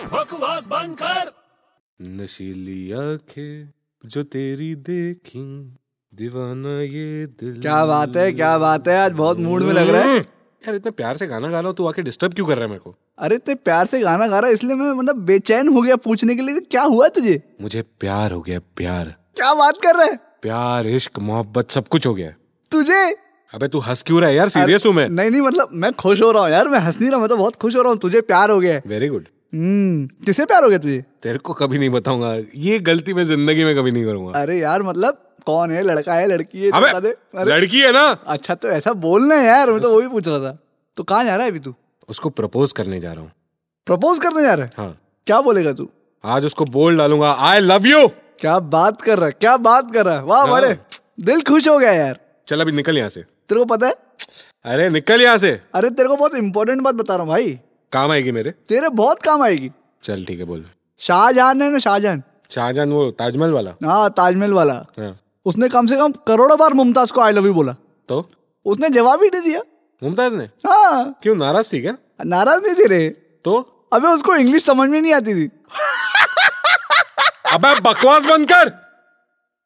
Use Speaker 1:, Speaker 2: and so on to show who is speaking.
Speaker 1: आवाज बंद कर
Speaker 2: नशीली आंखें जो तेरी देखी दीवाना ये दिल
Speaker 3: क्या बात है क्या बात है आज बहुत मूड में लग रहा
Speaker 2: हम्म।
Speaker 3: है
Speaker 2: यार इतने प्यार से गाना गा रहा हूं, तू आके डिस्टर्ब क्यों कर रहा है मेरे को
Speaker 3: अरे इतने प्यार से गाना गा रहा है इसलिए मैं मतलब बेचैन हो गया पूछने के लिए क्या हुआ तुझे
Speaker 2: मुझे प्यार हो गया प्यार
Speaker 3: क्या बात कर रहा है
Speaker 2: प्यार इश्क मोहब्बत सब कुछ हो गया
Speaker 3: तुझे
Speaker 2: अबे तू हंस क्यों रहा है यार सीरियस हूं मैं
Speaker 3: नहीं नहीं मतलब मैं खुश हो रहा हूँ यार मैं हंस नहीं रहा हूं, मैं तो बहुत खुश हो रहा हूँ तुझे प्यार हो गया है।
Speaker 2: वेरी गुड
Speaker 3: हम्म किसे प्यार हो गया तुझे
Speaker 2: तेरे को कभी नहीं बताऊंगा ये गलती मैं जिंदगी में कभी नहीं करूंगा
Speaker 3: अरे यार मतलब कौन है लड़का है लड़की है तो बता दे।
Speaker 2: अबे
Speaker 3: अरे,
Speaker 2: लड़की है ना
Speaker 3: अच्छा तो ऐसा बोलना है यार मैं तो वो भी पूछ रहा था तो कहाँ जा रहा है अभी तू
Speaker 2: उसको प्रपोज करने जा रहा हूँ
Speaker 3: प्रपोज करने जा रहा है
Speaker 2: हाँ
Speaker 3: क्या बोलेगा तू
Speaker 2: आज उसको बोल डालूंगा आई लव यू
Speaker 3: क्या बात कर रहा है क्या बात कर रहा है वाह
Speaker 2: हाँ।
Speaker 3: बड़े दिल खुश हो गया यार
Speaker 2: चल अभी निकल यहाँ से
Speaker 3: तेरे को पता है
Speaker 2: अरे निकल यहाँ से
Speaker 3: अरे तेरे को बहुत इंपॉर्टेंट बात बता रहा हूँ भाई
Speaker 2: काम आएगी मेरे
Speaker 3: तेरे बहुत काम आएगी
Speaker 2: चल ठीक है बोल
Speaker 3: शाहजहान है ना शाहजहान
Speaker 2: शाहजहान वो ताजमहल वाला
Speaker 3: हाँ ताजमहल वाला
Speaker 2: हाँ
Speaker 3: उसने कम से कम करोड़ों बार मुमताज को आई लव यू बोला
Speaker 2: तो
Speaker 3: उसने जवाब ही नहीं दिया
Speaker 2: मुमताज ने
Speaker 3: हाँ
Speaker 2: क्यों नाराज थी क्या
Speaker 3: नाराज नहीं थे रे
Speaker 2: तो
Speaker 3: अबे उसको इंग्लिश समझ में नहीं आती थी
Speaker 2: अबे बकवास बंद कर